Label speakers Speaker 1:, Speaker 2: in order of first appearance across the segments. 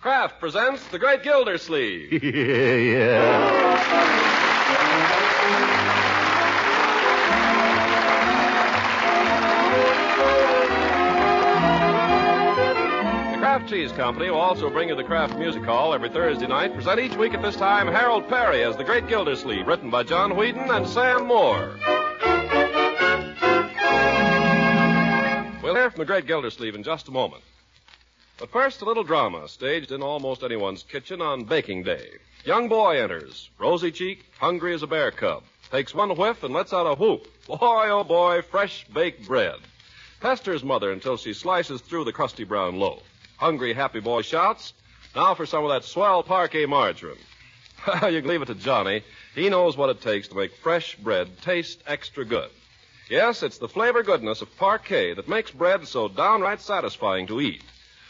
Speaker 1: Kraft presents The Great Gildersleeve.
Speaker 2: yeah, yeah.
Speaker 1: The Kraft Cheese Company will also bring you the Kraft Music Hall every Thursday night. Present each week at this time Harold Perry as The Great Gildersleeve, written by John Whedon and Sam Moore. We'll hear from The Great Gildersleeve in just a moment. But first, a little drama staged in almost anyone's kitchen on baking day. Young boy enters, rosy cheeked, hungry as a bear cub, takes one whiff and lets out a whoop. Boy, oh boy, fresh baked bread. Pesters mother until she slices through the crusty brown loaf. Hungry, happy boy shouts, Now for some of that swell parquet margarine. Well, you can leave it to Johnny. He knows what it takes to make fresh bread taste extra good. Yes, it's the flavor goodness of parquet that makes bread so downright satisfying to eat.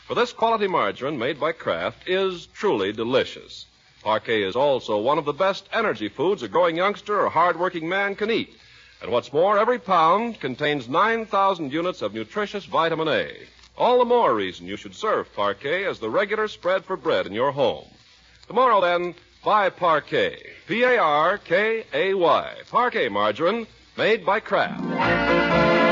Speaker 1: For this quality margarine made by Kraft is truly delicious. Parquet is also one of the best energy foods a growing youngster or hardworking man can eat. And what's more, every pound contains 9,000 units of nutritious vitamin A. All the more reason you should serve parquet as the regular spread for bread in your home. Tomorrow, then, buy parquet. P A R K A Y. Parquet margarine made by Kraft.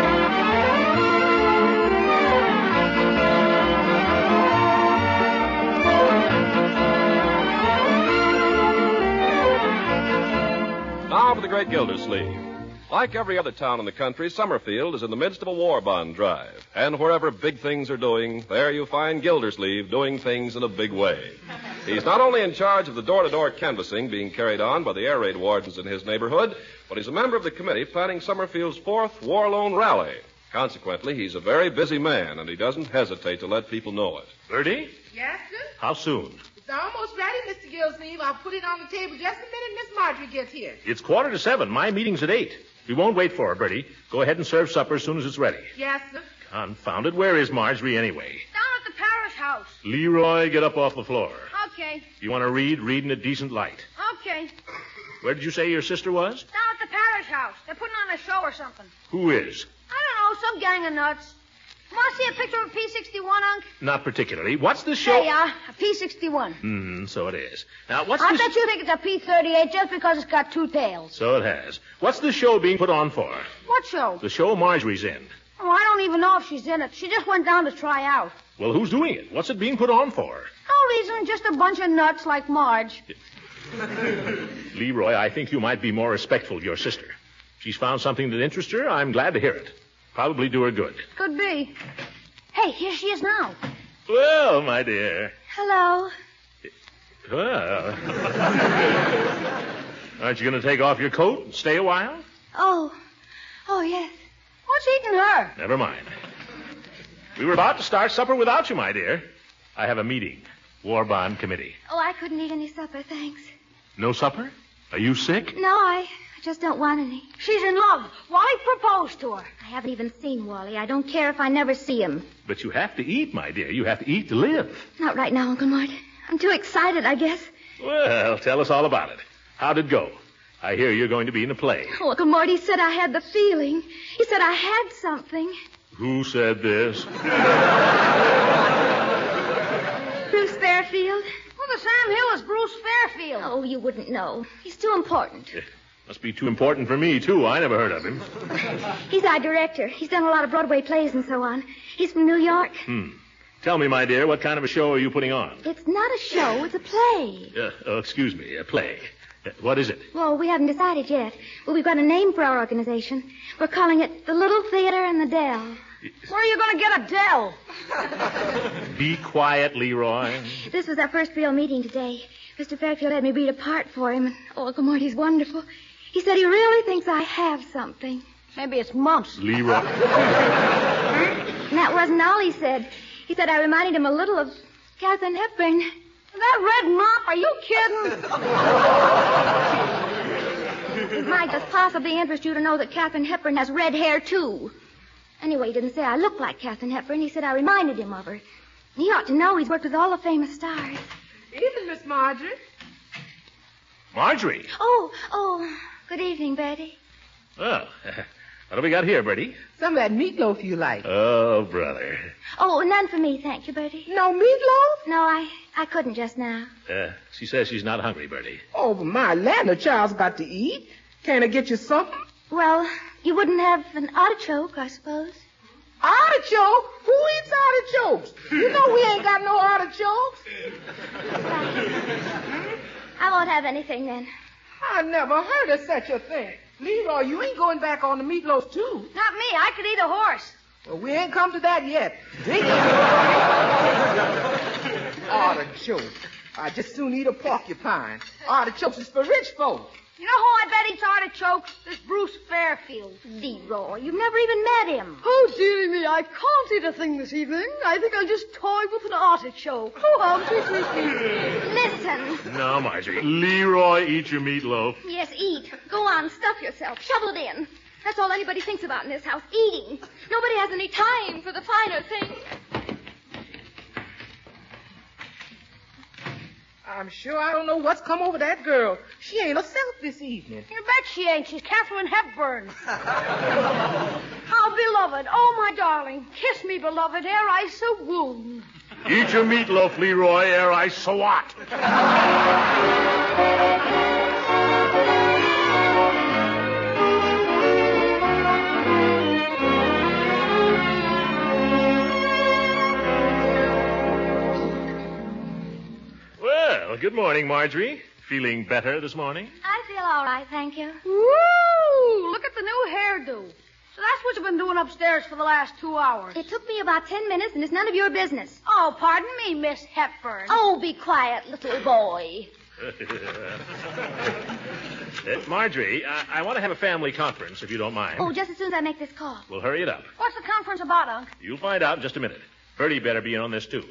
Speaker 1: Now for the Great Gildersleeve. Like every other town in the country, Summerfield is in the midst of a war bond drive. And wherever big things are doing, there you find Gildersleeve doing things in a big way. He's not only in charge of the door to door canvassing being carried on by the air raid wardens in his neighborhood, but he's a member of the committee planning Summerfield's fourth War Loan rally. Consequently, he's a very busy man, and he doesn't hesitate to let people know it.
Speaker 2: Bertie,
Speaker 3: Yes, sir.
Speaker 2: how soon?
Speaker 3: It's almost ready, Mr. Gillsleeve. I'll put it on the table just a minute Miss Marjorie gets here.
Speaker 2: It's quarter to seven. My meeting's at eight. We won't wait for her, Bertie. Go ahead and serve supper as soon as it's ready.
Speaker 3: Yes, sir.
Speaker 2: Confound it. Where is Marjorie anyway?
Speaker 4: Down at the parish house.
Speaker 2: Leroy, get up off the floor.
Speaker 4: Okay,
Speaker 2: You want to read? Read in a decent light.
Speaker 4: okay.
Speaker 2: Where did you say your sister was?
Speaker 4: Down at the parish house. They're putting on a show or something.
Speaker 2: Who is?
Speaker 4: I don't know, some gang of nuts. Want to see a picture of a P-61, Unc?
Speaker 2: Not particularly. What's the
Speaker 4: There
Speaker 2: show?
Speaker 4: you are, a P-61.
Speaker 2: Hmm, so it is. Now, what's
Speaker 4: I
Speaker 2: this?
Speaker 4: bet you think it's a P-38 just because it's got two tails.
Speaker 2: So it has. What's the show being put on for?
Speaker 4: What show?
Speaker 2: The show Marjorie's in.
Speaker 4: Oh, I don't even know if she's in it. She just went down to try out.
Speaker 2: Well, who's doing it? What's it being put on for?
Speaker 4: No reason, just a bunch of nuts like Marge.
Speaker 2: Leroy, I think you might be more respectful of your sister. She's found something that interests her. I'm glad to hear it. Probably do her good.
Speaker 4: Could be. Hey, here she is now.
Speaker 2: Well, my dear.
Speaker 4: Hello.
Speaker 2: Well. Aren't you going to take off your coat and stay a while?
Speaker 4: Oh, oh, yes. What's eating her?
Speaker 2: Never mind. We were about to start supper without you, my dear. I have a meeting. War Bond Committee.
Speaker 4: Oh, I couldn't eat any supper, thanks.
Speaker 2: No supper? Are you sick?
Speaker 4: No, I, I just don't want any. She's in love. Wally proposed to her. I haven't even seen Wally. I don't care if I never see him.
Speaker 2: But you have to eat, my dear. You have to eat to live.
Speaker 4: Not right now, Uncle Mort. I'm too excited, I guess.
Speaker 2: Well, tell us all about it. How'd it go? I hear you're going to be in a play.
Speaker 4: Oh, Uncle Mort, he said I had the feeling. He said I had something.
Speaker 2: Who said this?
Speaker 4: Bruce Fairfield?
Speaker 3: Well, the Sam Hill is Bruce Fairfield.
Speaker 4: Oh, you wouldn't know. He's too important.
Speaker 2: Must be too important for me, too. I never heard of him.
Speaker 4: He's our director. He's done a lot of Broadway plays and so on. He's from New York.
Speaker 2: Tell me, my dear, what kind of a show are you putting on?
Speaker 4: It's not a show, it's a play.
Speaker 2: Uh, oh, excuse me, a play. Uh, what is it?
Speaker 4: Well, we haven't decided yet. Well, we've got a name for our organization. We're calling it The Little Theater in the Dell.
Speaker 3: Where are you going to get a Dell?
Speaker 2: Be quiet, Leroy.
Speaker 4: This was our first real meeting today. Mr. Fairfield had me read a part for him, and oh, Uncle Morty's wonderful. He said he really thinks I have something.
Speaker 3: Maybe it's mumps.
Speaker 2: Leroy.
Speaker 4: And that wasn't all he said. He said I reminded him a little of Catherine Hepburn.
Speaker 3: That red mop, are you kidding?
Speaker 4: It might just possibly interest you to know that Catherine Hepburn has red hair, too. Anyway, he didn't say I looked like Catherine Hepburn. He said I reminded him of her. And he ought to know he's worked with all the famous stars.
Speaker 3: Even Miss Marjorie.
Speaker 2: Marjorie.
Speaker 4: Oh, oh, good evening, Betty.
Speaker 2: Well, what have we got here, Bertie?
Speaker 3: Some of that meatloaf you like.
Speaker 2: Oh, brother.
Speaker 4: Oh, none for me, thank you, Bertie.
Speaker 3: No meatloaf?
Speaker 4: No, I, I couldn't just now.
Speaker 2: Uh, she says she's not hungry, Bertie.
Speaker 3: Oh, but my land, the child's got to eat. Can I get you something?
Speaker 4: Well, you wouldn't have an artichoke, I suppose.
Speaker 3: Artichoke? Who eats artichokes? You know we ain't got no artichokes.
Speaker 4: I won't have anything then.
Speaker 3: I never heard of such a thing. Leroy, you ain't going back on the meatloaf, too.
Speaker 4: Not me. I could eat a horse.
Speaker 3: Well, we ain't come to that yet. Dig it. Artichoke. Ah, I just soon eat a porcupine. Ah, Artichokes is for rich folk.
Speaker 5: You know who I bet eats artichokes? This Bruce Fairfield.
Speaker 4: Leroy, you've never even met him.
Speaker 5: Oh, dearie me, I can't eat a thing this evening. I think I'll just toy with an artichoke. Oh, how pretty.
Speaker 4: Listen.
Speaker 2: No, Marjorie. Leroy, eat your meatloaf.
Speaker 4: Yes, eat. Go on, stuff yourself. Shovel it in. That's all anybody thinks about in this house, eating. Nobody has any time for the finer things.
Speaker 3: I'm sure I don't know what's come over that girl. She ain't herself this evening.
Speaker 5: You bet she ain't. She's Catherine Hepburn. oh, beloved. Oh, my darling. Kiss me, beloved, ere I swoon.
Speaker 2: Eat your meatloaf, Leroy, ere I swat. Well, good morning, Marjorie. Feeling better this morning?
Speaker 4: I feel all right, thank you.
Speaker 5: Woo! Look at the new hairdo. So that's what you've been doing upstairs for the last two hours.
Speaker 4: It took me about ten minutes, and it's none of your business.
Speaker 5: Oh, pardon me, Miss Hepburn.
Speaker 4: Oh, be quiet, little boy.
Speaker 2: Eh, Uh, Marjorie, I, I want to have a family conference, if you don't mind.
Speaker 4: Oh, just as soon as I make this call.
Speaker 2: We'll hurry it up.
Speaker 5: What's the conference about, Unc?
Speaker 2: You'll find out in just a minute. Bertie better be in on this, too.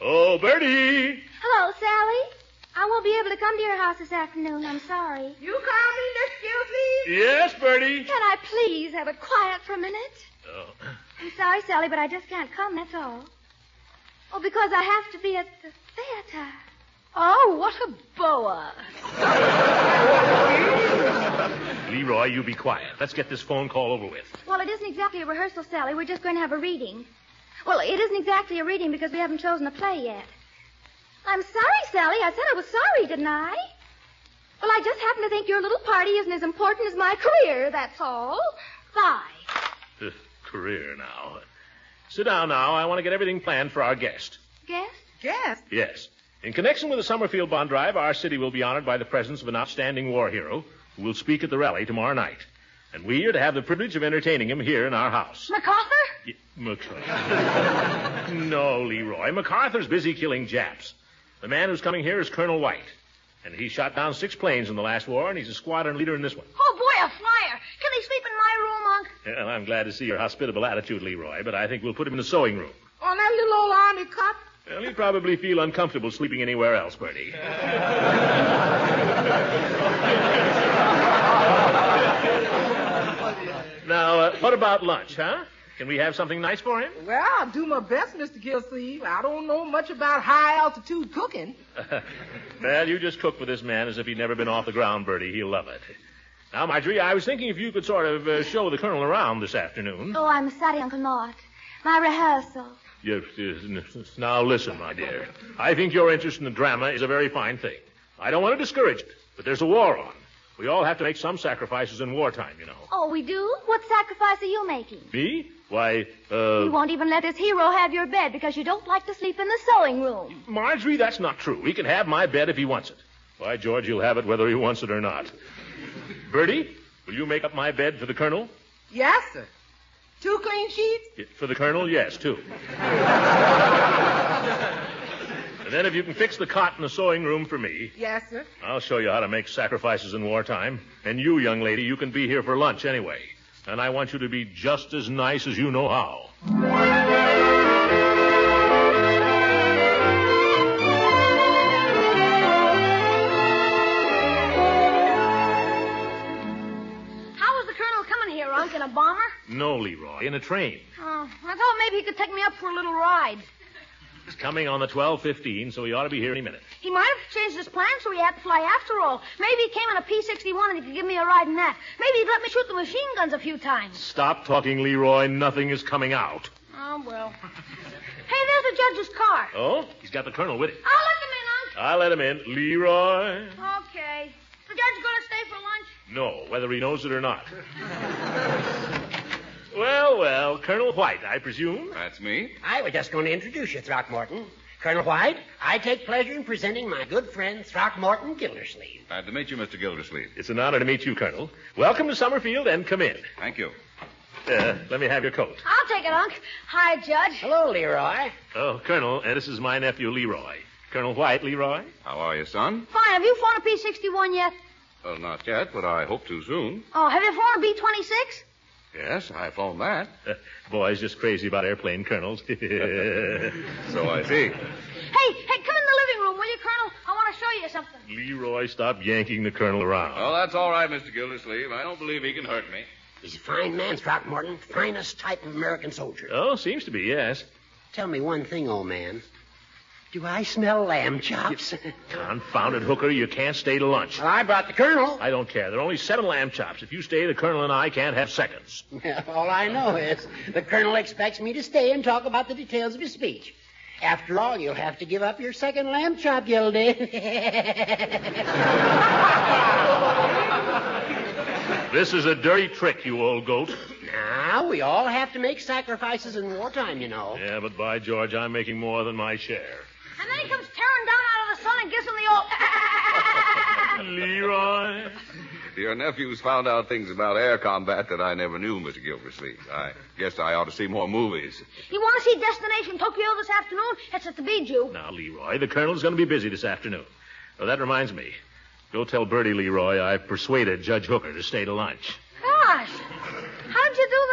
Speaker 2: Oh, Bertie!
Speaker 4: Hello, Sally. I won't be able to come to your house this afternoon. I'm sorry.
Speaker 3: You call me, excuse me?
Speaker 2: Yes, Bertie?
Speaker 4: Can I please have it quiet for a minute?
Speaker 2: Oh.
Speaker 4: I'm sorry, Sally, but I just can't come, that's all. Oh, because I have to be at the theater.
Speaker 5: Oh, what a boa.
Speaker 2: Leroy, you be quiet. Let's get this phone call over with.
Speaker 4: Well, it isn't exactly a rehearsal, Sally. We're just going to have a reading. Well, it isn't exactly a reading because we haven't chosen a play yet. I'm sorry, Sally. I said I was sorry, didn't I? Well, I just happen to think your little party isn't as important as my career, that's all. Bye.
Speaker 2: Uh, career now. Sit down now. I want to get everything planned for our guest.
Speaker 4: Guest?
Speaker 3: Yes.
Speaker 2: Yes. In connection with the Summerfield Bond Drive, our city will be honored by the presence of an outstanding war hero who will speak at the rally tomorrow night. And we are to have the privilege of entertaining him here in our house.
Speaker 5: MacArthur?
Speaker 2: Y- MacArthur. no, Leroy. MacArthur's busy killing Japs. The man who's coming here is Colonel White. And he shot down six planes in the last war, and he's a squadron leader in this one.
Speaker 5: Oh, boy, a flyer. Can he sleep in my room, Unc?
Speaker 2: Well, I'm glad to see your hospitable attitude, Leroy, but I think we'll put him in the sewing room.
Speaker 3: On that little old army cot.
Speaker 2: Well, he'd probably feel uncomfortable sleeping anywhere else, Bertie. now, uh, what about lunch, huh? Can we have something nice for him?
Speaker 3: Well, I'll do my best, Mr. Gilsleeve. I don't know much about high altitude cooking.
Speaker 2: well, you just cook for this man as if he'd never been off the ground, Bertie. He'll love it. Now, Marjorie, I was thinking if you could sort of uh, show the Colonel around this afternoon.
Speaker 4: Oh, I'm sorry, Uncle Mort. My rehearsal.
Speaker 2: Yes, yes, n- n- Now, listen, my dear. I think your interest in the drama is a very fine thing. I don't want to discourage it, but there's a war on. We all have to make some sacrifices in wartime, you know.
Speaker 4: Oh, we do? What sacrifice are you making?
Speaker 2: Me? Why,
Speaker 4: You
Speaker 2: uh,
Speaker 4: won't even let this hero have your bed because you don't like to sleep in the sewing room.
Speaker 2: Marjorie, that's not true. He can have my bed if he wants it. Why, George, he'll have it whether he wants it or not. Bertie, will you make up my bed for the Colonel?
Speaker 3: Yes, sir. Two clean sheets?
Speaker 2: Y- For the Colonel, yes, too. and then if you can fix the cot in the sewing room for me,
Speaker 3: Yes, sir.
Speaker 2: I'll show you how to make sacrifices in wartime. And you, young lady, you can be here for lunch anyway. And I want you to be just as nice as you know how.
Speaker 5: How was the colonel coming here, Unc, in a bomber?
Speaker 2: No, Leroy, in a train.
Speaker 5: Oh, I thought maybe he could take me up for a little ride.
Speaker 2: He's coming on the 1215, so he ought to be here any minute.
Speaker 5: He might have changed his plan so he had to fly after all. Maybe he came in a P-61 and he could give me a ride in that. Maybe he'd let me shoot the machine guns a few times.
Speaker 2: Stop talking, Leroy. Nothing is coming out.
Speaker 5: Oh, well. Hey, there's the judge's car.
Speaker 2: Oh? He's got the colonel with him.
Speaker 5: Oh, look at me.
Speaker 2: I let him in. Leroy?
Speaker 5: Okay. The judge gonna stay for lunch?
Speaker 2: No, whether he knows it or not. well, well, Colonel White, I presume.
Speaker 1: That's me.
Speaker 6: I was just going to introduce you, Throckmorton. Colonel White, I take pleasure in presenting my good friend Throckmorton Gildersleeve.
Speaker 1: Glad to meet you, Mr. Gildersleeve.
Speaker 2: It's an honor to meet you, Colonel. Welcome to Summerfield and come in.
Speaker 1: Thank you.
Speaker 2: Uh, let me have your coat.
Speaker 5: I'll take it, Unc. Hi, Judge.
Speaker 6: Hello, Leroy.
Speaker 2: Oh, Colonel, and this is my nephew, Leroy. Colonel White, Leroy?
Speaker 1: How are you, son?
Speaker 5: Fine. Have you flown a P sixty one yet?
Speaker 1: Well, not yet, but I hope to soon.
Speaker 5: Oh, have you flown a B twenty six?
Speaker 1: Yes, I've flown that.
Speaker 2: Uh, boy's just crazy about airplane colonels.
Speaker 1: So I see.
Speaker 5: Hey, hey, come in the living room, will you, Colonel? I want to show you something.
Speaker 2: Leroy, stop yanking the colonel around.
Speaker 7: Well, that's all right, Mr. Gildersleeve. I don't believe he can hurt me.
Speaker 6: He's a fine man, Throckmorton. Finest type of American soldier.
Speaker 2: Oh, seems to be, yes.
Speaker 6: Tell me one thing, old man. Do I smell lamb chops?
Speaker 2: Confounded hooker, you can't stay to lunch.
Speaker 6: well, I brought the colonel.
Speaker 2: I don't care. There are only seven lamb chops. If you stay, the colonel and I can't have seconds.
Speaker 6: Well, all I know is the colonel expects me to stay and talk about the details of his speech. After all, you'll have to give up your second lamb chop, Gildy.
Speaker 2: This is a dirty trick, you old goat.
Speaker 6: now, we all have to make sacrifices in wartime, you know.
Speaker 2: Yeah, but by George, I'm making more than my share.
Speaker 5: And then he comes tearing down out of the sun and gives him the old.
Speaker 2: Leroy?
Speaker 7: Your nephew's found out things about air combat that I never knew, Mr. Gildersleeve. I guess I ought to see more movies.
Speaker 5: you want to see Destination Tokyo this afternoon? It's at the Bijou.
Speaker 2: Now, Leroy, the colonel's going to be busy this afternoon. Oh, that reminds me. Go tell Bertie Leroy I persuaded Judge Hooker to stay to lunch.
Speaker 5: Gosh, how'd you do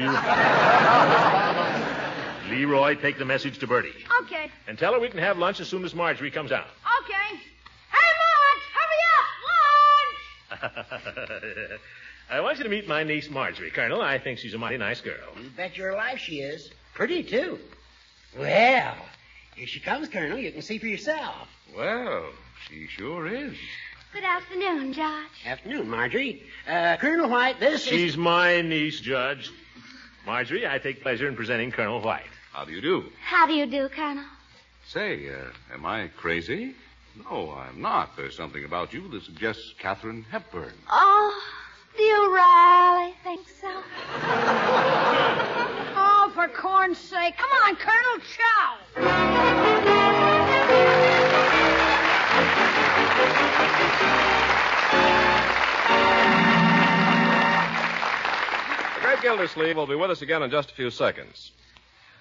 Speaker 5: that?
Speaker 2: Leroy, Leroy take the message to Bertie.
Speaker 5: Okay,
Speaker 2: And tell her we can have lunch as soon as Marjorie comes out.
Speaker 5: okay. Hey, Marge, hurry up, Marge!
Speaker 2: I want you to meet my niece Marjorie, Colonel. I think she's a mighty nice girl.
Speaker 6: You bet your life she is. Pretty, too. Well, here she comes, Colonel. You can see for yourself.
Speaker 7: Well, she sure is.
Speaker 4: Good afternoon, Judge.
Speaker 6: Afternoon, Marjorie. Uh, Colonel White, this is.
Speaker 2: She's my niece, Judge. Marjorie, I take pleasure in presenting Colonel White.
Speaker 7: How do you do?
Speaker 4: How do you do, Colonel?
Speaker 7: Say, uh, am I crazy? No, I'm not. There's something about you that suggests Katherine Hepburn.
Speaker 4: Oh, do you really think so?
Speaker 5: Oh, for corn's sake. Come on, Colonel Chow.
Speaker 1: The great Gildersleeve will be with us again in just a few seconds.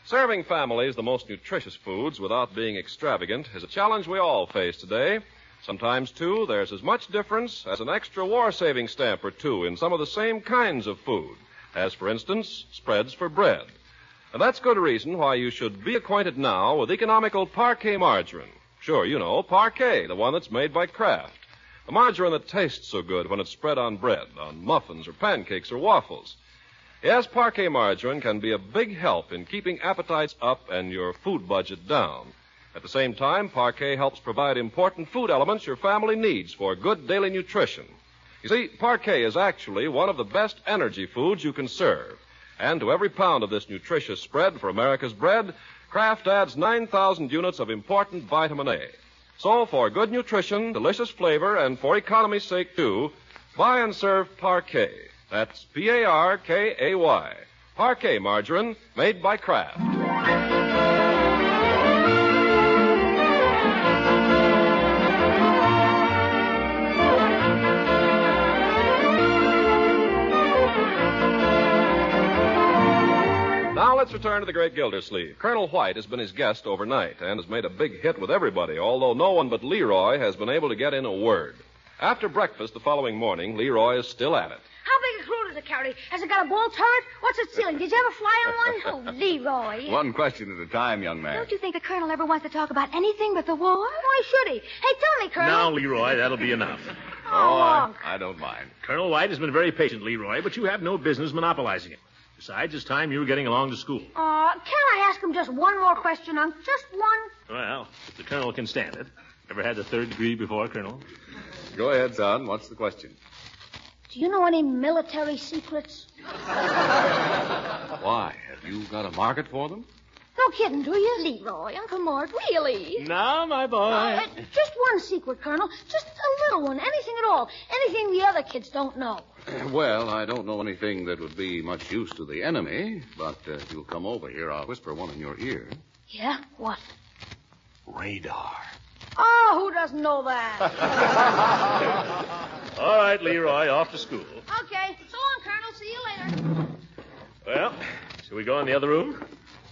Speaker 1: Serving families the most nutritious foods without being extravagant is a challenge we all face today. Sometimes, too, there's as much difference as an extra war saving stamp or two in some of the same kinds of food, as, for instance, spreads for bread. And that's good reason why you should be acquainted now with economical parquet margarine. Sure, you know, parquet, the one that's made by Kraft. The margarine that tastes so good when it's spread on bread, on muffins or pancakes or waffles. Yes, parquet margarine can be a big help in keeping appetites up and your food budget down. At the same time, parquet helps provide important food elements your family needs for good daily nutrition. You see, parquet is actually one of the best energy foods you can serve. And to every pound of this nutritious spread for America's bread, Kraft adds 9,000 units of important vitamin A. So, for good nutrition, delicious flavor, and for economy's sake, too, buy and serve parquet. That's P A R K A Y. Parquet margarine made by Kraft. Now let's return to the great Gildersleeve. Colonel White has been his guest overnight and has made a big hit with everybody, although no one but Leroy has been able to get in a word. After breakfast the following morning, Leroy is still at it.
Speaker 5: How big a crew does it carry? Has it got a ball turret? What's its ceiling? Did you ever fly on one?
Speaker 4: Oh, Leroy.
Speaker 7: One question at a time, young man.
Speaker 4: Don't you think the Colonel ever wants to talk about anything but the war?
Speaker 5: Why should he? Hey, tell me, Colonel.
Speaker 2: Now, Leroy, that'll be enough.
Speaker 5: Oh,
Speaker 7: I,
Speaker 5: Unc.
Speaker 7: I don't mind.
Speaker 2: Colonel White has been very patient, Leroy, but you have no business monopolizing him. Besides, it's time you were getting along to school.
Speaker 5: Uh, can I ask him just one more question, Unc? Just one?
Speaker 2: Well, if the colonel can stand it. Ever had the third degree before, Colonel?
Speaker 7: Go ahead, son. What's the question?
Speaker 5: Do you know any military secrets?
Speaker 7: Why? Have you got a market for them?
Speaker 5: No kidding, do you?
Speaker 4: Leroy, Uncle Mort, really?
Speaker 2: Now, my boy.
Speaker 5: Uh, just one secret, Colonel. Just a little one. Anything at all. Anything the other kids don't know.
Speaker 7: Well, I don't know anything that would be much use to the enemy, but uh, if you'll come over here, I'll whisper one in your ear.
Speaker 5: Yeah? What?
Speaker 7: Radar.
Speaker 5: Oh, who doesn't know that?
Speaker 2: All right, Leroy, off to school.
Speaker 5: okay. So long, Colonel. See you later.
Speaker 2: Well, shall we go in the other room?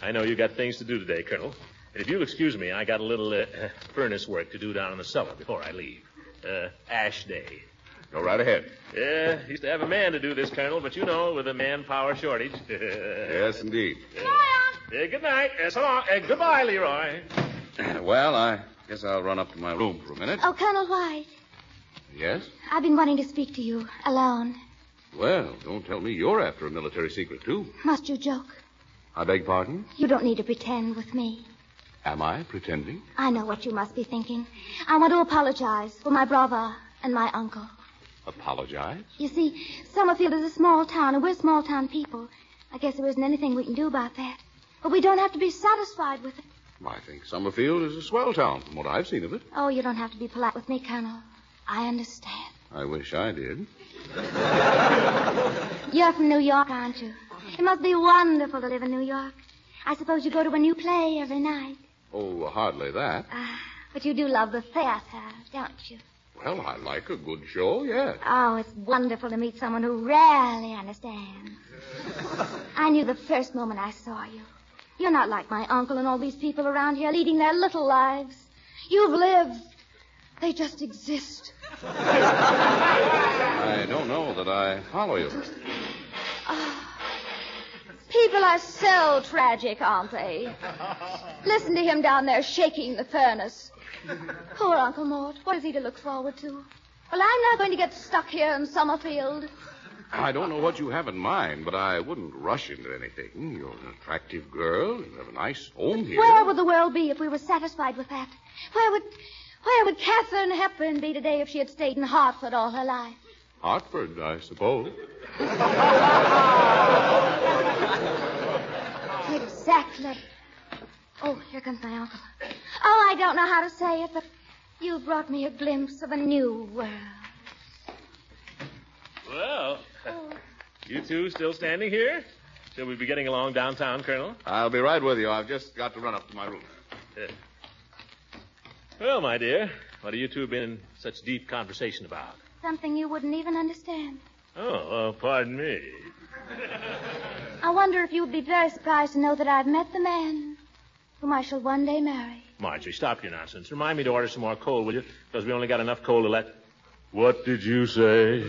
Speaker 2: I know you got things to do today, Colonel. And if you'll excuse me, I got a little uh, furnace work to do down in the cellar before I leave. Uh, ash day.
Speaker 7: Go right ahead.
Speaker 2: Yeah, used to have a man to do this, Colonel, but you know, with a manpower shortage. yes.
Speaker 7: Yes, indeed.
Speaker 2: good night. Uh, so long. Uh, goodbye, Leroy.
Speaker 7: well, I guess I'll run up to my room for a minute.
Speaker 4: Oh, Colonel White,
Speaker 7: Yes?
Speaker 4: I've been wanting to speak to you alone.
Speaker 7: Well, don't tell me you're after a military secret, too.
Speaker 4: Must you joke?
Speaker 7: I beg pardon?
Speaker 4: You don't need to pretend with me.
Speaker 7: Am I pretending?
Speaker 4: I know what you must be thinking. I want to apologize for my brother and my uncle.
Speaker 7: Apologize?
Speaker 4: You see, Summerfield is a small town, and we're small town people. I guess there isn't anything we can do about that. But we don't have to be satisfied with it.
Speaker 7: I think Summerfield is a swell town from what I've seen of it.
Speaker 4: Oh, you don't have to be polite with me, Colonel. I understand.
Speaker 7: I wish I did.
Speaker 4: You're from New York, aren't you? It must be wonderful to live in New York. I suppose you go to a new play every night.
Speaker 7: Oh, hardly that.
Speaker 4: Ah, but you do love the theater, don't you?
Speaker 7: Well, I like a good show, yes.
Speaker 4: Oh, it's wonderful to meet someone who rarely understands. I knew the first moment I saw you. You're not like my uncle and all these people around here leading their little lives. You've lived. They just exist.
Speaker 7: I don't know that I follow you.
Speaker 4: People are so tragic, aren't they? Listen to him down there shaking the furnace. Poor Uncle Mort. What is he to look forward to? Well, I'm not going to get stuck here in Summerfield.
Speaker 7: I don't know what you have in mind, but I wouldn't rush into anything. You're an attractive girl. You have a nice home here.
Speaker 4: Where would the world be if we were satisfied with that? Where would where would Catherine Hepburn be today if she had stayed in Hartford all her life?
Speaker 7: Hartford, I suppose.
Speaker 4: Exactly. Oh, here comes my uncle. Oh, I don't know how to say it, but you brought me a glimpse of a new world.
Speaker 2: Well, you two still standing here? Shall we be getting along downtown, Colonel?
Speaker 7: I'll be right with you. I've just got to run up to my room.
Speaker 2: Well, my dear, what have you two been in such deep conversation about?
Speaker 4: Something you wouldn't even understand.
Speaker 2: Oh, uh, pardon me.
Speaker 4: I wonder if you would be very surprised to know that I've met the man whom I shall one day marry.
Speaker 2: Marjorie, stop your nonsense. Remind me to order some more coal, will you? Because we only got enough coal to let. What did you say?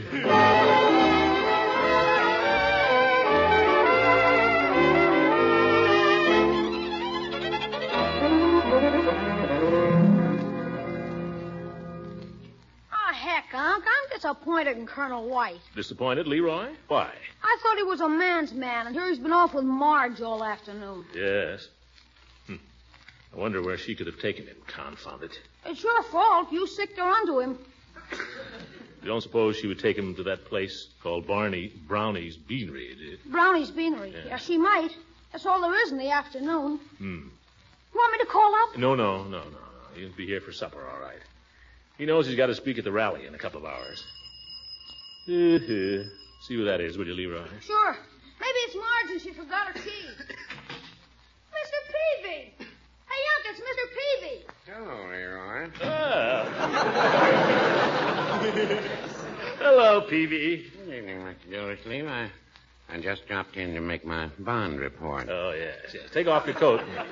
Speaker 5: Oh, heck, Unc. I'm disappointed in Colonel White.
Speaker 2: Disappointed, Leroy? Why?
Speaker 5: I thought he was a man's man, and here he's been off with Marge all afternoon.
Speaker 2: Yes. Hmm. I wonder where she could have taken him, confound it.
Speaker 5: It's your fault. You sicked her onto him.
Speaker 2: You don't suppose she would take him to that place called Barney Brownie's eh? Beanery, did
Speaker 5: Brownie's Beanery. Yeah. she might. That's all there is in the afternoon.
Speaker 2: Hmm.
Speaker 5: Want me to call up?
Speaker 2: No, no, no, no, no. He'll be here for supper, all right. He knows he's got to speak at the rally in a couple of hours. Uh-huh. See who that is, will you, Leroy?
Speaker 5: Sure. Maybe it's Marge and she forgot her keys. Mr. Peavy! Hey, Unc, it's Mr. Peavy.
Speaker 7: Hello, Leroy.
Speaker 2: Hello, Peavy.
Speaker 8: Good evening, Mr. Gildersleeve. I, I just dropped in to make my bond report.
Speaker 2: Oh, yes, yes. Take off your coat and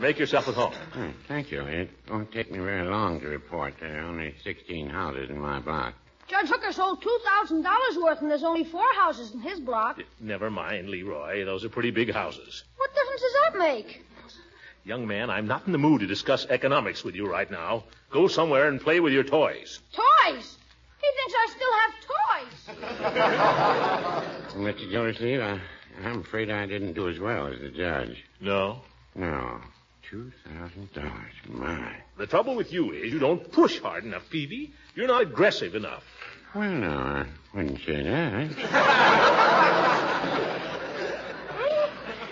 Speaker 2: make yourself at home.
Speaker 8: Hmm, thank you. It won't take me very long to report. There are only 16 houses in my block.
Speaker 5: Judge Hooker sold $2,000 worth, and there's only four houses in his block.
Speaker 2: Never mind, Leroy. Those are pretty big houses.
Speaker 5: What difference does that make?
Speaker 2: Young man, I'm not in the mood to discuss economics with you right now. Go somewhere and play with your toys.
Speaker 5: Toys! He thinks I still have toys.
Speaker 8: Mr. Gildersleeve, I, I'm afraid I didn't do as well as the judge.
Speaker 2: No.
Speaker 8: No. $2,000. My.
Speaker 2: The trouble with you is you don't push hard enough, Peavy. You're not aggressive enough.
Speaker 8: Well, no, I wouldn't say that.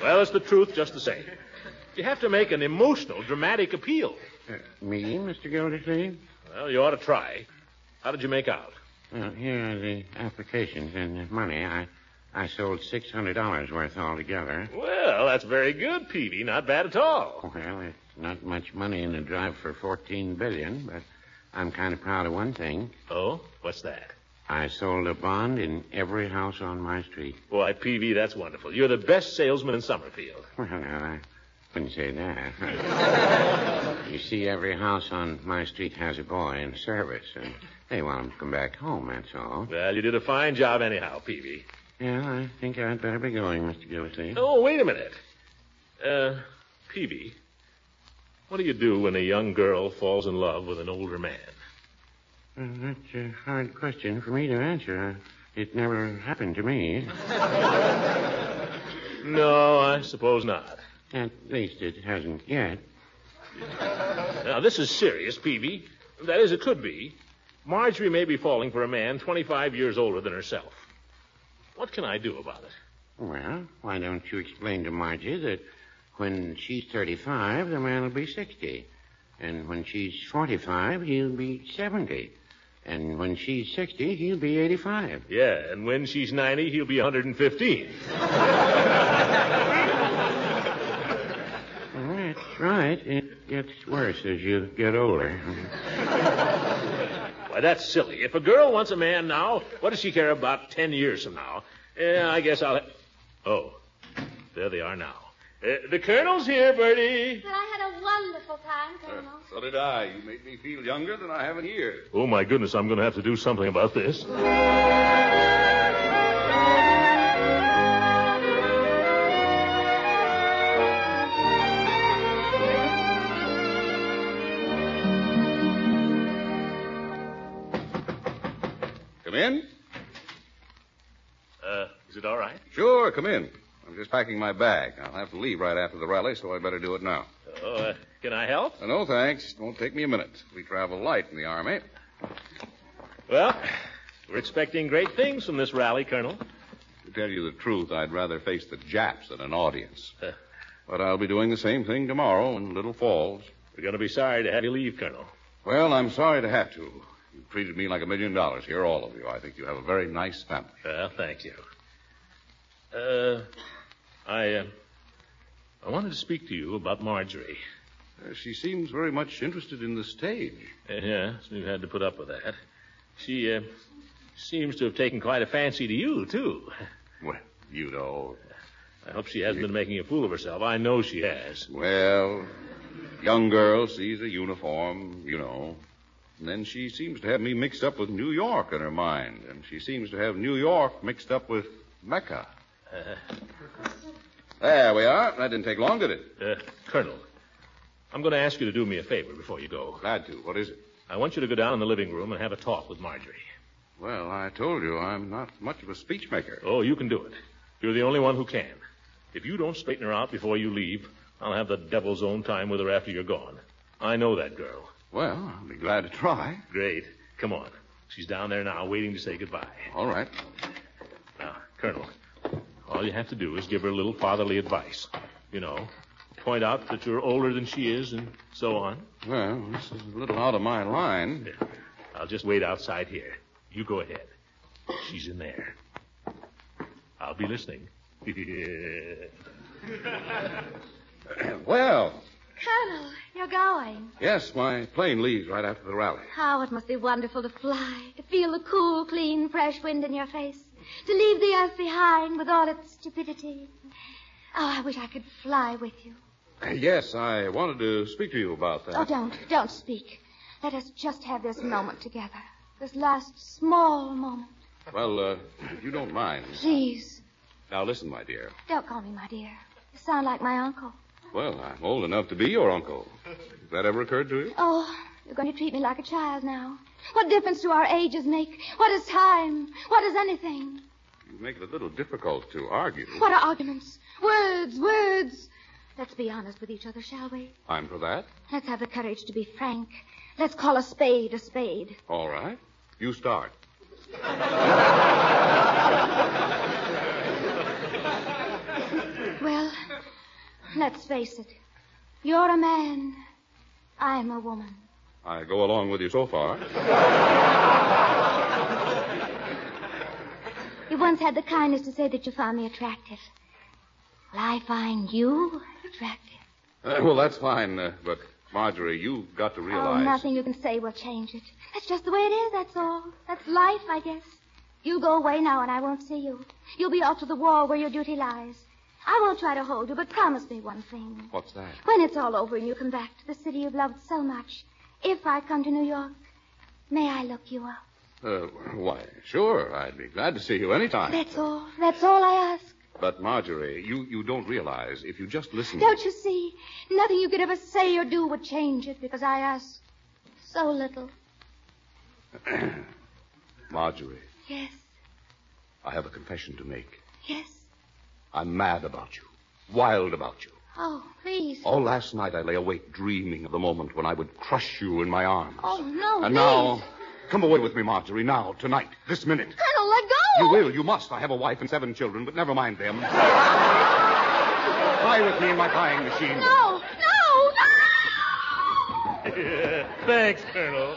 Speaker 2: Well, it's the truth just the same. You have to make an emotional, dramatic appeal.
Speaker 8: Uh, me, Mr. Gildersleeve?
Speaker 2: Well, you ought to try. How did you make out?
Speaker 8: Well, here are the applications and the money. I, I sold $600 worth altogether.
Speaker 2: Well, that's very good, Peavy. Not bad at all.
Speaker 8: Well, it's not much money in a drive for 14 billion, but I'm kind of proud of one thing.
Speaker 2: Oh? What's that?
Speaker 8: I sold a bond in every house on my street.
Speaker 2: Why, Peavy, that's wonderful. You're the best salesman in Summerfield.
Speaker 8: Well, now, I wouldn't say that. you see, every house on my street has a boy in service, and they want him to come back home, that's all.
Speaker 2: Well, you did a fine job anyhow, Peavy.
Speaker 8: Yeah, I think I'd better be going, Mr. Gildersleeve.
Speaker 2: Oh, wait a minute. Uh, Peavy, what do you do when a young girl falls in love with an older man?
Speaker 8: Well, Uh, that's a hard question for me to answer. I, it never happened to me.
Speaker 2: No, I suppose not.
Speaker 8: At least it hasn't yet.
Speaker 2: Now, this is serious, Peavy. That is, it could be. Marjorie may be falling for a man 25 years older than herself. What can I do about it?
Speaker 8: Well, why don't you explain to Margie that when she's 35, the man will be 60. And when she's 45, he'll be 70. And when she's 60, he'll be 85.
Speaker 2: Yeah, and when she's 90, he'll be 115.
Speaker 8: Well, that's right. It gets worse as you get older.
Speaker 2: Why, that's silly. If a girl wants a man now, what does she care about 10 years from now? Yeah, I guess I'll. Oh, there they are now. Uh, the Colonel's here, Bertie.
Speaker 4: But I had a wonderful time, Colonel.
Speaker 7: So did I. You made me feel younger than I have in years.
Speaker 2: Oh, my goodness, I'm going to have to do something about this.
Speaker 7: Come in?
Speaker 2: Uh, is it all right?
Speaker 7: Sure, come in. I'm just packing my bag. I'll have to leave right after the rally, so I better do it now.
Speaker 2: Oh, uh, can I help?
Speaker 7: Uh, no, thanks. It won't take me a minute. We travel light in the Army.
Speaker 2: Well, we're expecting great things from this rally, Colonel.
Speaker 7: To tell you the truth, I'd rather face the Japs than an audience.
Speaker 2: Huh.
Speaker 7: But I'll be doing the same thing tomorrow in Little Falls.
Speaker 2: We're going to be sorry to have you leave, Colonel.
Speaker 7: Well, I'm sorry to have to. You treated me like a million dollars here, all of you. I think you have a very nice family.
Speaker 2: Well, thank you. Uh, I, uh, I wanted to speak to you about Marjorie.
Speaker 7: Uh, she seems very much interested in the stage.
Speaker 2: Uh, yeah, we've had to put up with that. She, uh, seems to have taken quite a fancy to you, too.
Speaker 7: Well, you know.
Speaker 2: I hope she hasn't been making a fool of herself. I know she has.
Speaker 7: Well, young girl sees a uniform, you know. And then she seems to have me mixed up with New York in her mind. And she seems to have New York mixed up with Mecca. There we are. That didn't take long, did it?
Speaker 2: Uh, Colonel, I'm going to ask you to do me a favor before you go.
Speaker 7: Glad to. What is it?
Speaker 2: I want you to go down in the living room and have a talk with Marjorie.
Speaker 7: Well, I told you I'm not much of a speechmaker.
Speaker 2: Oh, you can do it. You're the only one who can. If you don't straighten her out before you leave, I'll have the devil's own time with her after you're gone. I know that girl.
Speaker 7: Well, I'll be glad to try.
Speaker 2: Great. Come on. She's down there now, waiting to say goodbye.
Speaker 7: All right.
Speaker 2: Now, Colonel, all you have to do is give her a little fatherly advice. You know, point out that you're older than she is and so on.
Speaker 7: Well, this is a little out of my line.
Speaker 2: I'll just wait outside here. You go ahead. She's in there. I'll be listening.
Speaker 7: Well,
Speaker 4: Colonel, you're going.
Speaker 7: yes, my plane leaves right after the rally.
Speaker 4: Oh, it must be wonderful to fly, to feel the cool, clean, fresh wind in your face, to leave the earth behind with all its stupidity. Oh, I wish I could fly with you.
Speaker 7: Uh, Yes, I wanted to speak to you about
Speaker 4: Oh,
Speaker 7: that.
Speaker 4: don't, don't speak. Let us just have this moment together. This last small moment.
Speaker 7: Well, uh, if you don't mind.
Speaker 4: Please,
Speaker 7: Now, listen, my dear.
Speaker 4: don't call me my dear. You sound like my uncle.
Speaker 7: Well, I'm old enough to be your uncle. Has that ever occurred to you?
Speaker 4: Oh, you're going to treat me like a child now. What difference do our ages make? What is time? What is anything?
Speaker 7: You make it a little difficult to argue.
Speaker 4: What are arguments? Words, words. Let's be honest with each other, shall we?
Speaker 7: I'm for that.
Speaker 4: Let's have the courage to be frank. Let's call a spade a spade.
Speaker 7: All right. You start.
Speaker 4: Well, let's face it. You're a man. I'm a woman.
Speaker 7: I go along with you so far.
Speaker 4: You once had the kindness to say that you found me attractive. Well, I find you attractive.
Speaker 7: Uh, well, that's fine, uh, but Marjorie, you've got to
Speaker 4: Oh,
Speaker 7: realize.
Speaker 4: nothing you can say will change it. That's just the way it is, that's all. That's life, I guess. You go away now and I won't see you. You'll be off to the wall where your duty lies. I won't try to hold you, but promise me one thing.
Speaker 7: What's that?
Speaker 4: When it's all over and you come back to the city you've loved so much, if I come to New York, may I look you up?
Speaker 7: Uh, why, sure, I'd be glad to see you anytime.
Speaker 4: That's all. That's all I ask.
Speaker 7: But Marjorie, you, you don't realize if you just listen.
Speaker 4: Don't you see? Nothing you could ever say or do would change it because I ask so little.
Speaker 7: Marjorie,
Speaker 4: Yes,
Speaker 7: I have a confession to make.
Speaker 4: yes.
Speaker 7: I'm mad about you, wild about you.
Speaker 4: Oh, please.
Speaker 7: All last night I lay awake dreaming of the moment when I would crush you in my arms.
Speaker 4: Oh, no,
Speaker 7: and
Speaker 4: please.
Speaker 7: now, come away with me, Marjorie, now, tonight, this minute.
Speaker 4: Colonel, let go.
Speaker 7: You will, you must. I have a wife and seven children, but never mind them. Fly with me in my flying machine.
Speaker 4: No, no, no!
Speaker 2: Thanks, Colonel.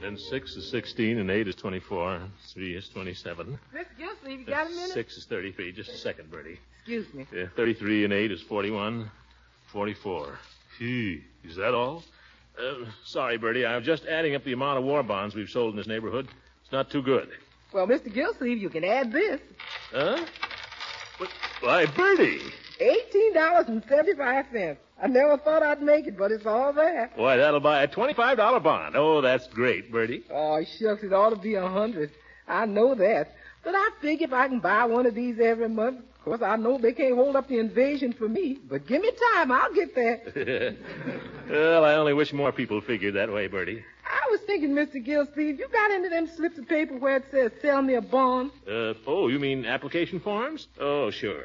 Speaker 2: Then 6 is 16, and 8 is 24, 3 is 27.
Speaker 3: Miss Gilsleeve, you got a minute?
Speaker 2: 6 is 33. Just a second, Bertie.
Speaker 3: Excuse me.
Speaker 2: Yeah, 33 and 8 is 41, 44. Gee, is that all? Uh, sorry, Bertie. I'm just adding up the amount of war bonds we've sold in this neighborhood. It's not too good.
Speaker 3: Well, Mr. Gilsleeve, you can add this.
Speaker 2: Huh? But, why, Bertie.
Speaker 3: $18.75. I never thought I'd make it, but it's all there.
Speaker 2: Why, that'll buy a $25 bond. Oh, that's great, Bertie.
Speaker 3: Oh, shucks, it ought to be a hundred. I know that. But I think if I can buy one of these every month, of course, I know they can't hold up the invasion for me. But give me time, I'll get there.
Speaker 2: well, I only wish more people figured that way, Bertie.
Speaker 3: I was thinking, Mr. Gilsleeve, you got any of them slips of paper where it says, sell me a bond?
Speaker 2: Uh, oh, you mean application forms? Oh, sure.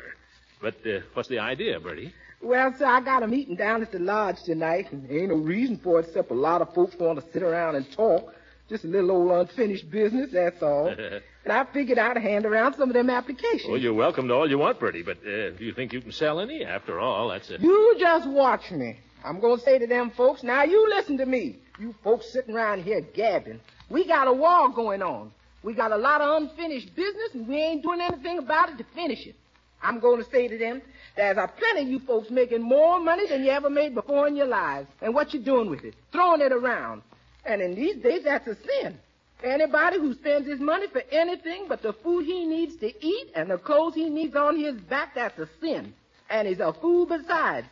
Speaker 2: But uh, what's the idea, Bertie?
Speaker 3: Well, sir, I got a meeting down at the lodge tonight, and there ain't no reason for it except a lot of folks want to sit around and talk. Just a little old unfinished business, that's all. and I figured I'd hand around some of them applications.
Speaker 2: Well, you're welcome to all you want, Bertie, but uh, do you think you can sell any? After all, that's a.
Speaker 3: You just watch me. I'm going to say to them folks, now you listen to me. You folks sitting around here gabbing. We got a war going on. We got a lot of unfinished business, and we ain't doing anything about it to finish it. I'm going to say to them, there's a plenty of you folks making more money than you ever made before in your lives. And what you doing with it? Throwing it around. And in these days, that's a sin. Anybody who spends his money for anything but the food he needs to eat and the clothes he needs on his back, that's a sin. And he's a fool besides.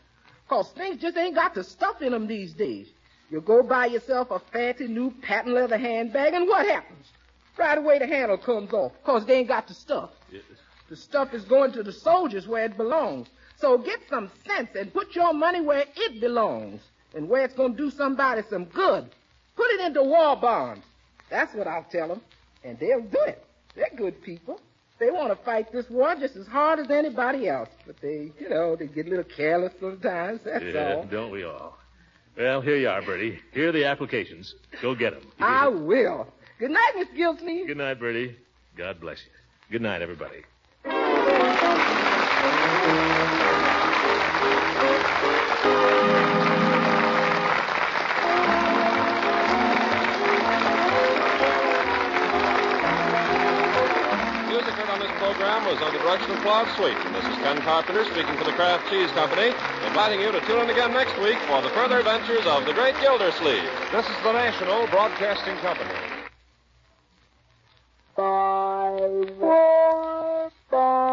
Speaker 3: Cause things just ain't got the stuff in them these days. You go buy yourself a fancy new patent leather handbag and what happens? Right away the handle comes off cause they ain't got the stuff. The stuff is going to the soldiers where it belongs. So get some sense and put your money where it belongs and where it's going to do somebody some good. Put it into war bonds. That's what I'll tell them. And they'll do it. They're good people. They want to fight this war just as hard as anybody else. But they, you know, they get a little careless sometimes. That's
Speaker 2: Yeah,
Speaker 3: all.
Speaker 2: uh, don't we all? Well, here you are, Bertie. Here are the applications. Go get them.
Speaker 3: I will. Good night, Miss Gilsleeve.
Speaker 2: Good night, Bertie. God bless you. Good night, everybody.
Speaker 1: Music heard on this program was under the direction of Claude Sweet. And this is Ken Carpenter speaking for the Kraft Cheese Company, inviting you to tune in again next week for the further adventures of the great Gildersleeve. This is the National Broadcasting Company.
Speaker 3: Bye, war, bye.